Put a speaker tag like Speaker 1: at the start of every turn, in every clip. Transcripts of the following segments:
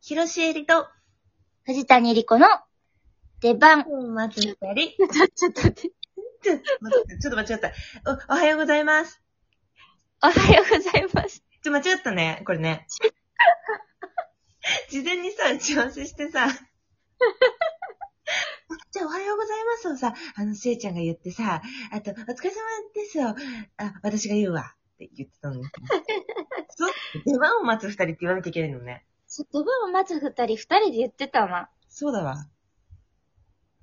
Speaker 1: 広しえりと、
Speaker 2: 藤谷莉子の出 番。
Speaker 1: 松ゆか り。
Speaker 2: ちょっと待って。
Speaker 1: ちょっと間違った。お、おはようございます。
Speaker 2: おはようございます。
Speaker 1: ちょ、間違ったね、これ ね。事前にさ、打ち合わせしてさ、 じゃあ、おはようございますをさ、あの、せいちゃんが言ってさ、あと、お疲れ様ですよ。あ、私が言うわ。って言ってた のに。そう、出番を待つ二人って言わなきゃいけないのね。
Speaker 2: ちょ出番を待つ二人、二人で言ってたな。
Speaker 1: そうだわ。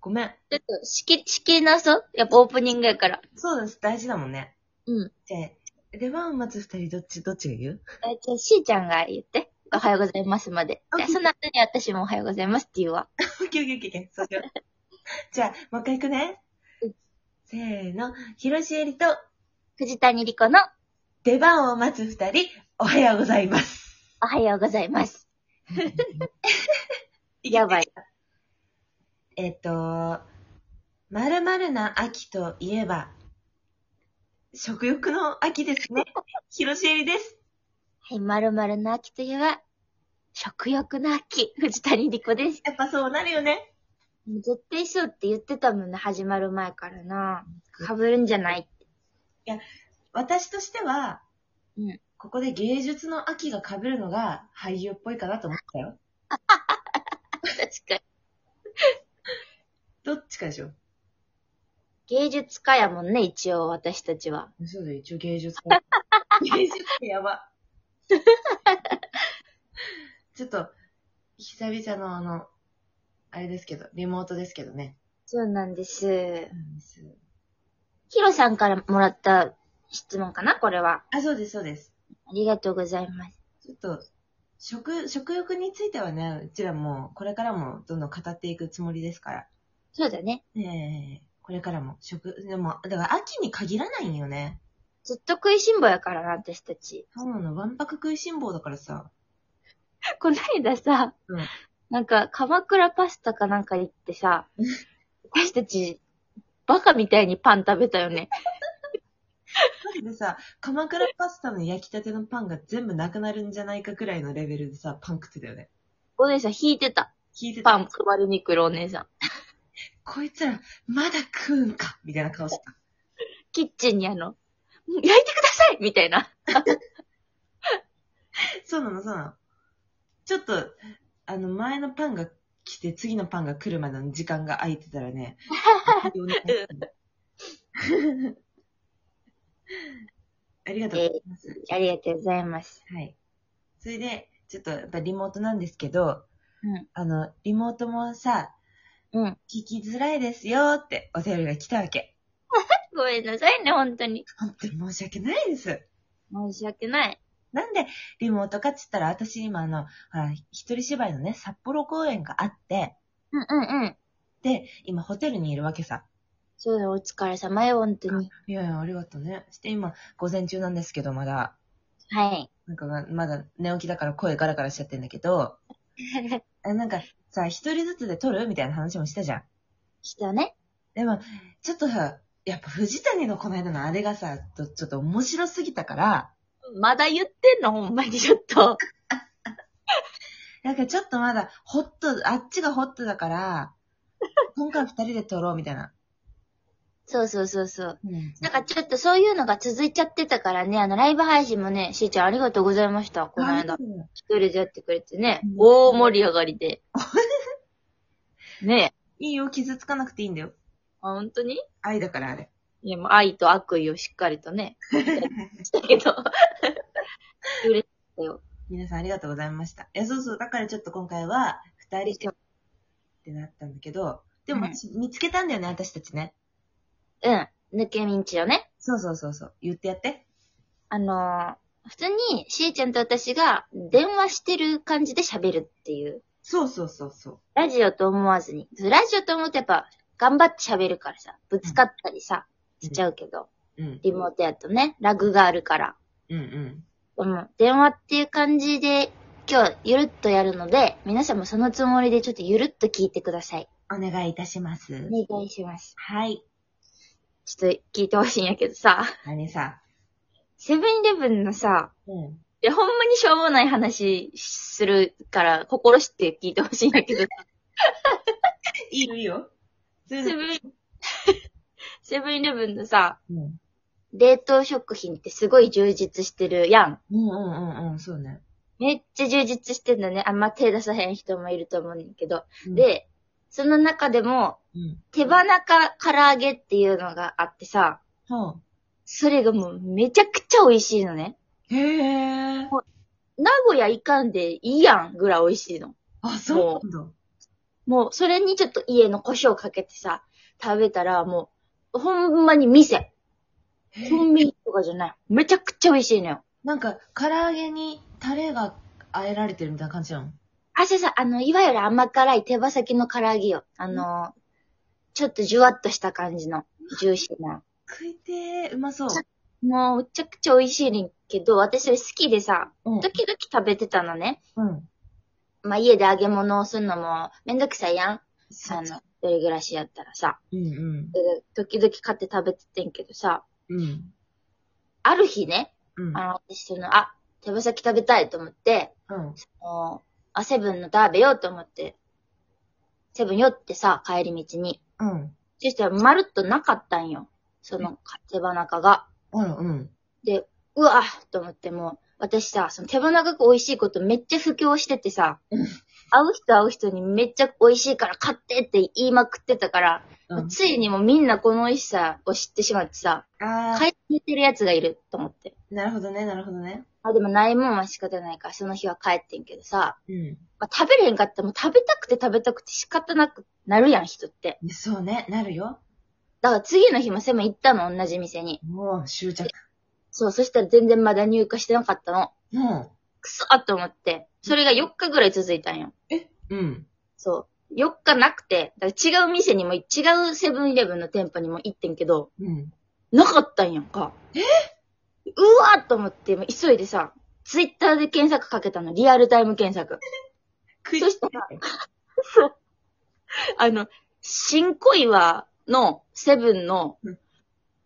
Speaker 1: ごめん。
Speaker 2: ちょっと、仕切、仕切り直そう。やっぱオープニングやから。
Speaker 1: そうです。大事だもんね。
Speaker 2: うん。
Speaker 1: じゃあ、出番を待つ二人どっち、どっちが言う
Speaker 2: えじゃあ、しーちゃんが言って。おはようございますまで。
Speaker 1: あ
Speaker 2: じゃあ、その後に私もおはようございますって言うわ。
Speaker 1: オッケーオッケーオッケーオッケー。そうしよう。 じゃあ、もう一回行くね
Speaker 2: うん。
Speaker 1: せーの。広しえりと
Speaker 2: 藤谷莉子の
Speaker 1: 出番を待つ二人、おはようございます。
Speaker 2: おはようございます。
Speaker 1: け
Speaker 2: やばい。
Speaker 1: えっと、〇〇な秋といえば、食欲の秋です ね。広しえりです。
Speaker 2: はい、まるまるの秋といえば、食欲の秋、藤谷莉子です。
Speaker 1: やっぱそうなるよね。
Speaker 2: もう絶対そうって言ってたもんね、始まる前からな。被るんじゃないって。
Speaker 1: 私としては、
Speaker 2: うん
Speaker 1: ここで芸術の秋が被るのが俳優っぽいかなと思ったよ。
Speaker 2: 確かに。
Speaker 1: どっちかでしょ
Speaker 2: 芸術家やもんね、一応私たちは。
Speaker 1: そうだよ、一応芸術家。 芸術ってやば。 ちょっと、久々のあの、あれですけど、リモートですけどね。
Speaker 2: そうなんです。ヒロさんからもらった質問かな、これは。
Speaker 1: あ、そうです、そうです。
Speaker 2: ありがとうございます。
Speaker 1: ちょっと、食、食欲についてはね、うちらも、これからもどんどん語っていくつもりですから。
Speaker 2: そうだね。
Speaker 1: ねえ、これからも、食、でも、だから秋に限らないんよね。
Speaker 2: ずっと食いしん坊やからな、私たち。
Speaker 1: そうなの、わんぱく食いしん坊だからさ。
Speaker 2: こないださ、
Speaker 1: うん
Speaker 2: なんか、鎌倉パスタかなんか行ってさ、私たち、バカみたいにパン食べたよね。
Speaker 1: でさ、鎌倉パスタの焼きたてのパンが全部なくなるんじゃないかくらいのレベルでさ、パン食ってたよね。
Speaker 2: お姉さん引いてた。
Speaker 1: 聞いて
Speaker 2: パ
Speaker 1: た。
Speaker 2: ン配りに来るお姉さん。
Speaker 1: こいつら、まだ食うんかみたいな顔した。
Speaker 2: キッチンにあの、焼いてくださいみたいな。
Speaker 1: そうなの、そうなの。ちょっと、あの、前のパンが来て、次のパンが来るまでの時間が空いてたら ね。ありがとうございます。
Speaker 2: ありがとうございます。
Speaker 1: はい。それで、ちょっと、やっぱリモートなんですけど、
Speaker 2: うん
Speaker 1: あの、リモートもさ、
Speaker 2: うん。
Speaker 1: 聞きづらいですよってお便りが来たわけ。
Speaker 2: ごめんなさいね、本当に。
Speaker 1: 本当に申し訳ないです。
Speaker 2: 申し訳ない。
Speaker 1: なんでリモートかって言ったら、私今あの、ほら、一人芝居のね、札幌公演があって、
Speaker 2: うんうんうん。
Speaker 1: で、今ホテルにいるわけさ。
Speaker 2: そうだ、お疲れ様よ、本当に。
Speaker 1: いやいや、ありがとうね。して今、午前中なんですけど、まだ、
Speaker 2: はい。
Speaker 1: なんかが、まだ寝起きだから声ガラガラしちゃってんだけ ど、あなんかさ、一人ずつで撮るみたいな話もしたじゃん。
Speaker 2: したね。
Speaker 1: でも、ちょっとさ、やっぱ藤谷のこの間のあれがさ、とちょっと面白すぎたから、
Speaker 2: まだ言ってんの、ほんまにちょっと。
Speaker 1: なんかちょっとまだ、ホット、あっちがホットだ から、今回二人で撮ろうみたいな。
Speaker 2: そうそうそうそう。
Speaker 1: うん
Speaker 2: なんかちょっとそういうのが続いちゃってたからね、あの、ライブ配信もね、しーちゃんありがとうございました、この間。一人でやってくれてね
Speaker 1: うん、
Speaker 2: 大盛り上がりで。ねえ、
Speaker 1: いいよ、傷つかなくていいんだよ。
Speaker 2: あ本当に
Speaker 1: 愛だから、あれ。
Speaker 2: いや、もう愛と悪意をしっかりと ね、したけど。嬉しかったよ。
Speaker 1: 皆さんありがとうございました。いや、そうそう。だからちょっと今回は、二人でってなったんだけど、でも、
Speaker 2: うん
Speaker 1: 見つけたんだよね、私たちね。
Speaker 2: うん。抜け道をね。
Speaker 1: そうそうそうそう。言ってやって。
Speaker 2: あのー普通に、しーちゃんと私が電話してる感じで喋るっていう。
Speaker 1: そうそうそうそう。
Speaker 2: ラジオと思わずに。ラジオと思うとやっぱ、頑張って喋るからさ、ぶつかったりさ、
Speaker 1: うん
Speaker 2: しちゃうけど、
Speaker 1: うん。
Speaker 2: リモートやとね、ラグがあるから。
Speaker 1: うんうん。
Speaker 2: でも、電話っていう感じで、今日、ゆるっとやるので、皆さんもそのつもりでちょっとゆるっと聞いてください。
Speaker 1: お願いいたします。
Speaker 2: お願いします。
Speaker 1: はい。
Speaker 2: ちょっと聞いてほしいんやけどさ。
Speaker 1: あれさ、
Speaker 2: セブンイレブンのさ、
Speaker 1: うん。
Speaker 2: いや、ほんまにしょうもない話するから、心して聞いてほしいんだけど、
Speaker 1: いいよ。それ
Speaker 2: セ
Speaker 1: で
Speaker 2: ブン、セブンイレブンのさ、
Speaker 1: うん
Speaker 2: 冷凍食品ってすごい充実してるやん。
Speaker 1: うんうんうんうん、そうね。
Speaker 2: めっちゃ充実してんだね。あんま手出さへん人もいると思うんだけど。
Speaker 1: うん、
Speaker 2: で、その中でも、
Speaker 1: うん。
Speaker 2: 手羽中唐揚げっていうのがあってさ、
Speaker 1: は
Speaker 2: それがもうめちゃくちゃ美味しいのね。
Speaker 1: あ、へえ。
Speaker 2: 名古屋行かんでいいやんぐらい美味しいの。
Speaker 1: あ、そうなんだ。
Speaker 2: もうそれにちょっと家の胡椒かけてさ、食べたらもう、ほんまに店。
Speaker 1: へ
Speaker 2: コ
Speaker 1: え
Speaker 2: ンビニとかじゃない。めちゃくちゃ美味しいのよ。
Speaker 1: なんか、唐揚げにタレがあえられてるみたいな感じなの
Speaker 2: あ、そうそう、あの、いわゆる甘辛い手羽先の唐揚げよ。あの、ちょっとじゅわっとした感じの、ジューシーな。
Speaker 1: 食いてー、うまそう。
Speaker 2: もう、めちゃくちゃ美味しいねんけど、私それ好きでさ、
Speaker 1: うん。
Speaker 2: 時々食べてたのね。
Speaker 1: うん。
Speaker 2: まあ、家で揚げ物をするのもめんどくさいやん。
Speaker 1: そ
Speaker 2: あの、
Speaker 1: う
Speaker 2: 一人暮らしやったらさ。
Speaker 1: うん
Speaker 2: で時々買って食べててんけどさ、
Speaker 1: うん。うん。
Speaker 2: ある日ね、
Speaker 1: うん。
Speaker 2: あの、私その、あ、手羽先食べたいと思って、
Speaker 1: うん。
Speaker 2: もう、あ、セブンの食べようと思って、セブン寄ってさ、帰り道に。
Speaker 1: うん。
Speaker 2: そしたら、まるっとなかったんよ。その、手羽中が。
Speaker 1: あら、うん。
Speaker 2: で、うわと思ってもう、私さ、その手羽中が美味しいことめっちゃ布教しててさ、
Speaker 1: うん
Speaker 2: 会う人会う人にめっちゃ美味しいから買ってって言いまくってたから、
Speaker 1: うん。
Speaker 2: ついにもうみんなこの美味しさを知ってしまってさ、
Speaker 1: あ
Speaker 2: 買いにてるやつがいると思って。
Speaker 1: ー、なるほどね、なるほどね。
Speaker 2: あ、でもないもんは仕方ないから、その日は帰ってんけどさ、
Speaker 1: うん。
Speaker 2: まあ、食べれへんかったらもう食べたくて食べたくて仕方なくなるやん、人って。
Speaker 1: そうね、なるよ。
Speaker 2: だから次の日もセブン行ったの、同じ店に。
Speaker 1: もう、執着。
Speaker 2: そう、そしたら全然まだ入荷してなかったの。
Speaker 1: も
Speaker 2: くそーと思って。それが4日ぐらい続いたんよ。
Speaker 1: う。うん。
Speaker 2: そう。4日なくて、だから違う店にも、違うセブンイレブンの店舗にも行ってんけど、
Speaker 1: うん。
Speaker 2: なかったんやんか。えうわーと思って、もう急いでさ、ツイッターで検索かけたの、リアルタイム検索。
Speaker 1: 食い
Speaker 2: そしたら、そう。あの、新小岩のセブンの
Speaker 1: うん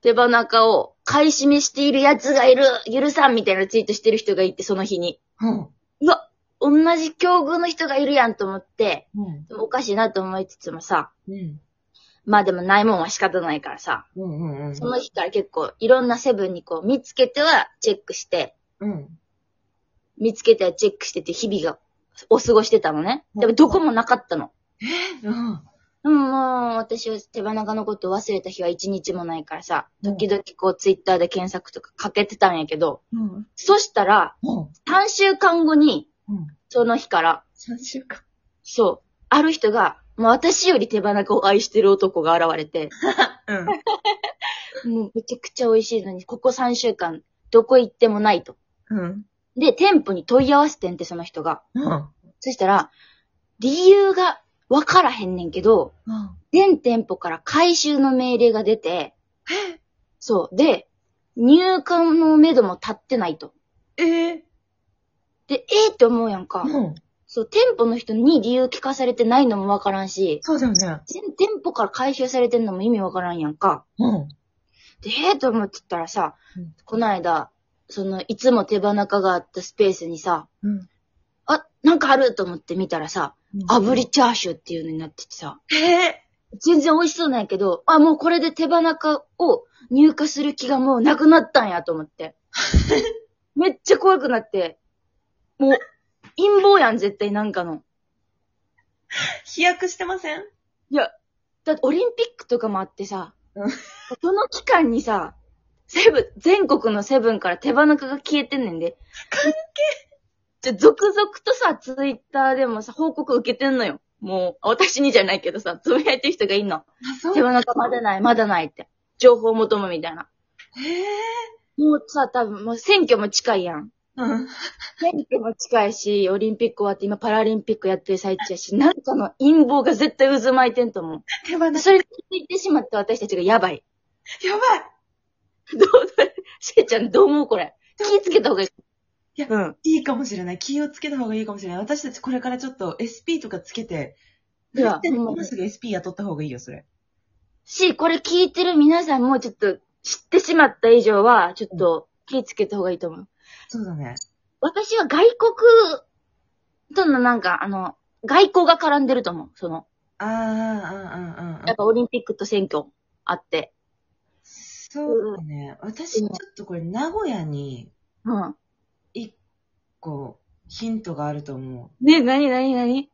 Speaker 2: 手羽中を買い占めしている奴がいる許さんみたいなツイートしてる人がいて、その日に。
Speaker 1: うん。
Speaker 2: うわ同じ境遇の人がいるやんと思って、
Speaker 1: うん。
Speaker 2: でもおかしいなと思いつつもさ、
Speaker 1: うん。
Speaker 2: まあでもないもんは仕方ないからさ、
Speaker 1: うん。うん。うん。
Speaker 2: その日から結構いろんなセブンにこう見つけてはチェックして、
Speaker 1: うん。
Speaker 2: 見つけてはチェックしてって日々が、お過ごしてたのね。でもどこもなかったの。
Speaker 1: うん。
Speaker 2: でももう私は手羽中のことを忘れた日は一日もないからさ、時々こうツイッターで検索とかかけてたんやけど、
Speaker 1: うん。
Speaker 2: そしたら
Speaker 1: うん。
Speaker 2: 3週間後に、
Speaker 1: うん。
Speaker 2: その日から、
Speaker 1: 3週間。
Speaker 2: そう、ある人が、もう私より手羽中を愛してる男が現れて、
Speaker 1: うん。
Speaker 2: もうめちゃくちゃ美味しいのに、ここ3週間、どこ行ってもないと。
Speaker 1: うん。
Speaker 2: で、店舗に問い合わせてんって、その人が。
Speaker 1: うん。
Speaker 2: そしたら、理由がわからへんねんけど、
Speaker 1: うん。
Speaker 2: 全店舗から回収の命令が出て、そう。で、入荷の目処も立ってないと。
Speaker 1: ええ
Speaker 2: で、ええって思うやんか。
Speaker 1: うん。
Speaker 2: そう、店舗の人に理由聞かされてないのもわからんし、
Speaker 1: そうだよね。
Speaker 2: 全店舗から回収されてんのも意味わからんやんか。
Speaker 1: うん。
Speaker 2: で、ええと思ってたらさ、
Speaker 1: うん
Speaker 2: こないだ、その、いつも手羽中があったスペースにさ、
Speaker 1: うん。
Speaker 2: あ、なんかあると思って見たらさ、炙。りチャーシューっていうのになっててさ、
Speaker 1: ええ
Speaker 2: 全然美味しそうなんやけど、あ、もうこれで手羽中を入荷する気がもうなくなったんやと 思って。めっちゃ怖くなって。もう、陰謀やん、絶対なんかの。
Speaker 1: 飛躍してません
Speaker 2: いや、だってオリンピックとかもあってさ
Speaker 1: うん、
Speaker 2: その期間にさ、セブン、全国のセブンから手羽中が消えてんねんで。
Speaker 1: 関
Speaker 2: 係続々とさ、ツイッターでもさ、報告受けてんのよ。もう、私にじゃないけどさ、つぶやいてる人がいんの。
Speaker 1: あ、そ
Speaker 2: 手羽中まだない、まだないって。情報求むみたいな。
Speaker 1: ええ
Speaker 2: もうさ、多分もう選挙も近いやん。
Speaker 1: うん。
Speaker 2: 選挙も近いし、オリンピック終わって今パラリンピックやってる最中やし、なんかの陰謀が絶対渦巻いてんと思う。
Speaker 1: 手放
Speaker 2: で
Speaker 1: し。
Speaker 2: それ聞いてしまった私たちがやばい。
Speaker 1: やばい
Speaker 2: どう、しえちゃんどう思うこれ。気ぃつけた方がいい。
Speaker 1: いや
Speaker 2: うん。
Speaker 1: いいかもしれない。気をつけた方がいいかもしれない。私たちこれからちょっと SP とかつけて、
Speaker 2: いや
Speaker 1: 絶対に今すぐ SP 雇った方がいいよ、それ。
Speaker 2: し、これ聞いてる皆さんもちょっと知ってしまった以上は、ちょっと気ぃつけた方がいいと思う。
Speaker 1: そうだね。
Speaker 2: 私は外国とのなんか、あの、外交が絡んでると思う。その、
Speaker 1: ああ、ああ、ああ、
Speaker 2: やっ
Speaker 1: ああ。
Speaker 2: ぱオリンピックと選挙あって。
Speaker 1: そうだね。私、ちょっとこれ、名古屋に、
Speaker 2: うん。
Speaker 1: 一個、ヒントがあると思う。
Speaker 2: ね、なになになに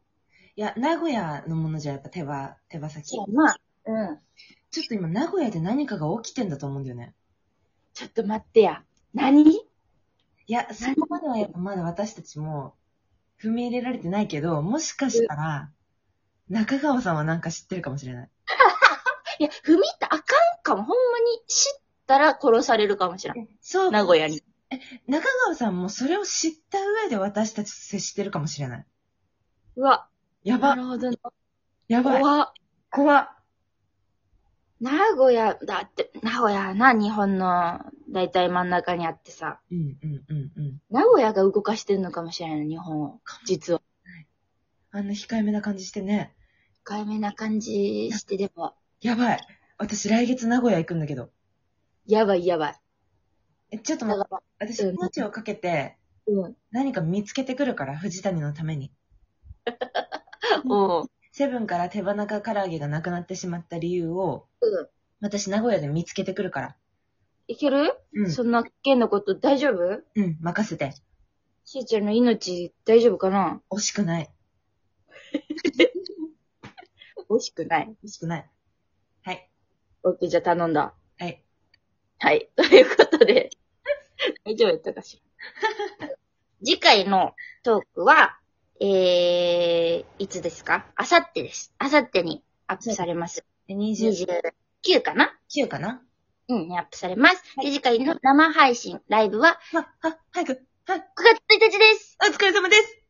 Speaker 1: いや、名古屋のものじゃ、やっぱ手羽、手羽先。ち
Speaker 2: そ
Speaker 1: ょ
Speaker 2: う、まあ、うん。
Speaker 1: っと今、名古屋で何かが起きてんだと思うんだよね。
Speaker 2: ちょっと待ってや。何
Speaker 1: いや、そこまではやっぱまだ私たちも、踏み入れられてないけど、もしかしたら、中川さんはなんか知ってるかもしれない。
Speaker 2: いや、踏み入ったらあかんかも。ほんまに知ったら殺されるかもしれん。
Speaker 1: そう。
Speaker 2: 名古屋に。
Speaker 1: 中川さんもそれを知った上で私たちと接してるかもしれない。
Speaker 2: うわ。
Speaker 1: や
Speaker 2: な
Speaker 1: ば、
Speaker 2: るほどね。
Speaker 1: やばい。
Speaker 2: 怖っ
Speaker 1: 怖っ。
Speaker 2: 名古屋、だって、名古屋はな、日本の、だいたい真ん中にあってさ、
Speaker 1: うんうんうんうん。
Speaker 2: 名古屋が動かしてるのかもしれないの、日本を。実は。
Speaker 1: あんな控えめな感じしてね。
Speaker 2: 控えめな感じして、でも、
Speaker 1: やばい。私来月名古屋行くんだけど。
Speaker 2: やばいやばい。
Speaker 1: え、ちょっと
Speaker 2: だ
Speaker 1: 待って、
Speaker 2: から、
Speaker 1: 私命をかけて
Speaker 2: うん。
Speaker 1: 何か見つけてくるから、藤谷のために。
Speaker 2: おう。
Speaker 1: セブンから手羽中唐揚げがなくなってしまった理由を、
Speaker 2: うん。
Speaker 1: 私名古屋で見つけてくるから。
Speaker 2: いける、
Speaker 1: うん。
Speaker 2: そんな危険なこと大丈夫
Speaker 1: うん、任せて。
Speaker 2: しーちゃんの命大丈夫かな
Speaker 1: 惜しくない。
Speaker 2: 惜しくない。
Speaker 1: 惜しくない。はい。
Speaker 2: オッケー、じゃあ頼んだ。
Speaker 1: はい。
Speaker 2: はい。 ということで、大丈夫やったかしら。次回のトークは、えー、いつですかあさってです。あさってにアップされます。
Speaker 1: で29
Speaker 2: 29かな
Speaker 1: かな
Speaker 2: うん、にアップされます。で次回の生配信、ライブは
Speaker 1: は、は、早く、はい。
Speaker 2: 9月1日です
Speaker 1: お疲れ様です